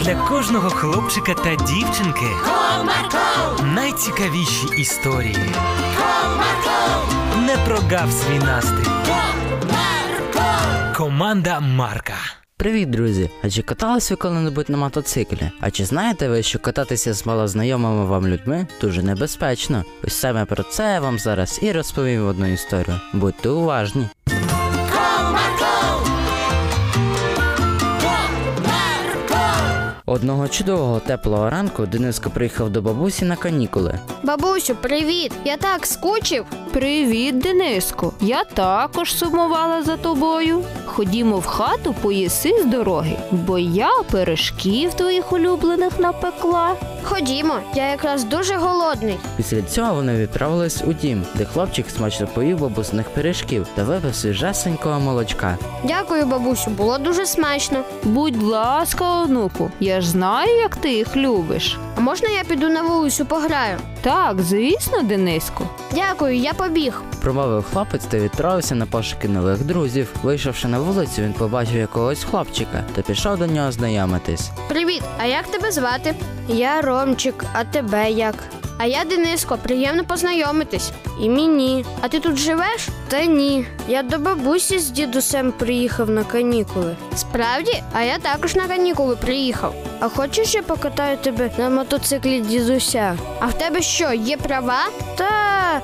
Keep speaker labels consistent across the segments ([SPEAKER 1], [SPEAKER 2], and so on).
[SPEAKER 1] для кожного хлопчика та дівчинки
[SPEAKER 2] Comarco,
[SPEAKER 1] найцікавіші історії.
[SPEAKER 2] Comarco,
[SPEAKER 1] Не прогав свій настрій.
[SPEAKER 2] Comarco,
[SPEAKER 1] Команда Марка.
[SPEAKER 3] Привіт, друзі! А чи катались ви коли-небудь на мотоциклі? А чи знаєте ви, що кататися з малознайомими вам людьми дуже небезпечно? Ось саме про це я вам зараз і розповім одну історію. Будьте уважні.
[SPEAKER 2] Comarco,
[SPEAKER 3] Одного чудового теплого ранку Дениско приїхав до бабусі на канікули.
[SPEAKER 4] Бабусю, привіт! Я так скучив.
[SPEAKER 5] Привіт, Дениско. Я також сумувала за тобою. Ходімо в хату, поїси з дороги, бо я пиріжків твоїх улюблених напекла.
[SPEAKER 4] Ходімо, я якраз дуже голодний.
[SPEAKER 3] Після цього вони відправились у дім, де хлопчик смачно поїв бабусних пиріжків та випив свіжесенького молочка.
[SPEAKER 4] Дякую, бабусю, було дуже смачно.
[SPEAKER 5] Будь ласка, онуку, я ж знаю, як ти їх любиш.
[SPEAKER 4] А можна я піду на вулицю пограю?
[SPEAKER 5] Так, звісно, Дениско.
[SPEAKER 4] Дякую, я побіг.
[SPEAKER 3] Промовив хлопець та відправився на пошуки нових друзів. Вийшовши на вулицю, він побачив якогось хлопчика та пішов до нього знайомитись.
[SPEAKER 4] Привіт, а як тебе звати? Я Ромчик, а тебе як? А я Дениско, приємно познайомитись. І мені. А ти тут живеш? Та ні. Я до бабусі з дідусем приїхав на канікули. Справді, а я також на канікули приїхав. А хочеш, я покатаю тебе на мотоциклі дідуся? А в тебе що, є права? Та,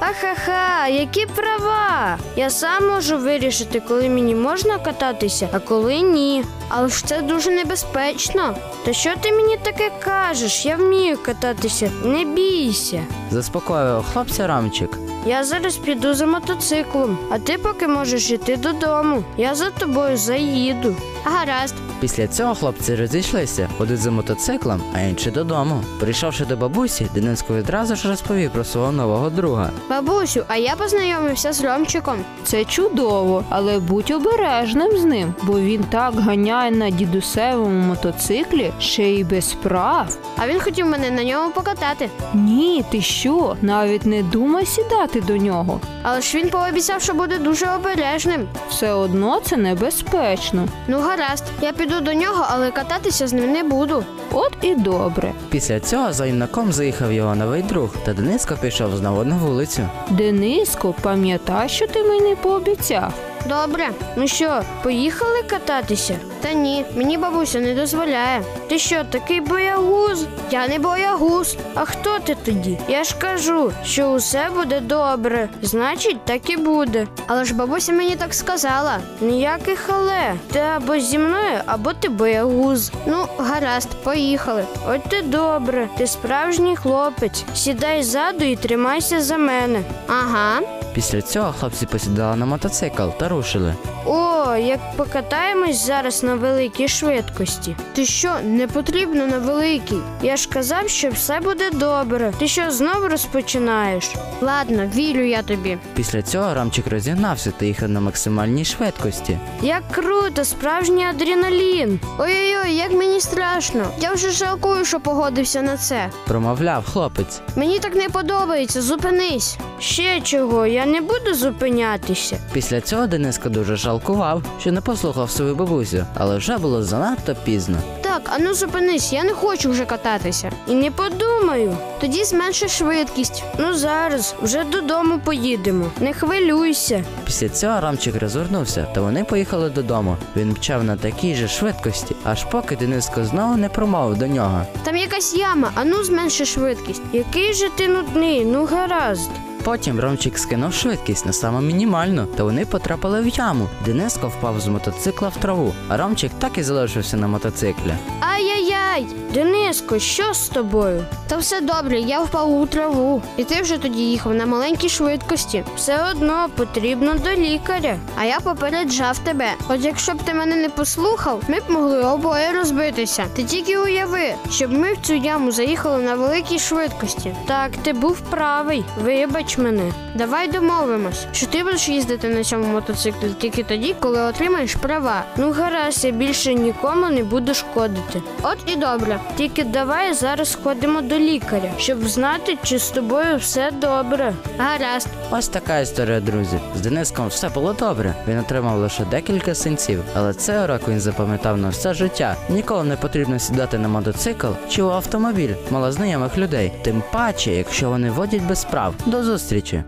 [SPEAKER 4] ахаха, які права? Я сам можу вирішити, коли мені можна кататися, а коли ні. Але ж це дуже небезпечно. Та що ти мені таке кажеш? Я вмію кататися, не бійся.
[SPEAKER 3] Заспокоював хлопця Рамчик.
[SPEAKER 4] Я зараз піду за мотоциклом, а ти поки можеш йти додому. Я за тобою заїду. Гаразд.
[SPEAKER 3] Після цього хлопці розійшлися, один за мотоциклом, а інший додому. Прийшовши до бабусі, Дениско відразу ж розповів про свого нового друга.
[SPEAKER 4] Бабусю, а я познайомився з Ромчиком.
[SPEAKER 5] Це чудово, але будь обережним з ним, бо він так ганяє на дідусевому мотоциклі ще й без прав.
[SPEAKER 4] А він хотів мене на ньому покатати.
[SPEAKER 5] Ні, ти що? Навіть не думай сідати до нього.
[SPEAKER 4] Але ж він пообіцяв, що буде дуже обережним.
[SPEAKER 5] Все одно це небезпечно.
[SPEAKER 4] Ну, гаразд, я піду до нього, але кататися з ним не буду.
[SPEAKER 5] От і добре.
[SPEAKER 3] Після цього за юнаком заїхав його новий друг, та Дениско пішов знову на вулицю.
[SPEAKER 5] Дениско, пам'ятай, що ти мені пообіцяв.
[SPEAKER 4] Добре, ну що, поїхали кататися? Та ні, мені бабуся не дозволяє. Ти що, такий боягуз? Я не боягуз. А хто ти тоді? Я ж кажу, що усе буде добре. Значить, так і буде. Але ж бабуся мені так сказала. Ніяких але. Ти або зі мною, або ти боягуз. Ну, гаразд, поїхали. От ти добре, ти справжній хлопець. Сідай ззаду і тримайся за мене. Ага.
[SPEAKER 3] Після цього хлопці посідали на мотоцикл та рушили.
[SPEAKER 4] О, як покатаємось зараз на великій швидкості. Ти що, не потрібно на великій? Я ж казав, що все буде добре. Ти що знову розпочинаєш? Ладно, вірю я тобі.
[SPEAKER 3] Після цього Рамчик розігнався та їхав на максимальній швидкості.
[SPEAKER 4] Як круто, справжній адреналін. Ой-ой-ой, як мені страшно. Я вже жалкую, що погодився на це.
[SPEAKER 3] Промовляв хлопець.
[SPEAKER 4] Мені так не подобається, зупинись. Ще чого, я не буду зупинятися.
[SPEAKER 3] Після цього Дениско дуже жалкував, що не послухав свою бабусю, але вже було занадто пізно.
[SPEAKER 4] Так, ану зупинись, я не хочу вже кататися. І не подумаю. Тоді зменши швидкість. Ну зараз, вже додому поїдемо. Не хвилюйся.
[SPEAKER 3] Після цього Рамчик розвернувся, та вони поїхали додому. Він мчав на такій же швидкості, аж поки Дениско знову не промовив до нього.
[SPEAKER 4] Там якась яма, ану зменши швидкість. Який же ти нудний, ну гаразд.
[SPEAKER 3] Потім Ромчик скинув швидкість на саму мінімальну, та вони потрапили в яму. Дениско впав з мотоцикла в траву, а Ромчик так і залишився на мотоциклі.
[SPEAKER 4] Ай-яй-яй, Дениско, що з тобою? Та все добре, я впав у траву. І ти вже тоді їхав на маленькій швидкості. Все одно потрібно до лікаря. А я попереджав тебе. От якщо б ти мене не послухав, ми б могли обоє розбитися. Ти тільки уяви, щоб ми в цю яму заїхали на великій швидкості. Так, ти був правий. Вибач мене. Давай домовимось, що ти будеш їздити на цьому мотоциклі тільки тоді, коли отримаєш права. Ну гаразд, я більше нікому не буду шкодити. От і добре. добре. Тільки давай зараз сходимо до лікаря, щоб знати, чи з тобою все добре. Гаразд.
[SPEAKER 3] Ось така історія, друзі. З Дениском все було добре. Він отримав лише декілька синців, але цей урок він запам'ятав на все життя. Ніколи не потрібно сідати на мотоцикл чи в автомобіль малознайомих людей, тим паче, якщо вони водять без прав. До зустрічі!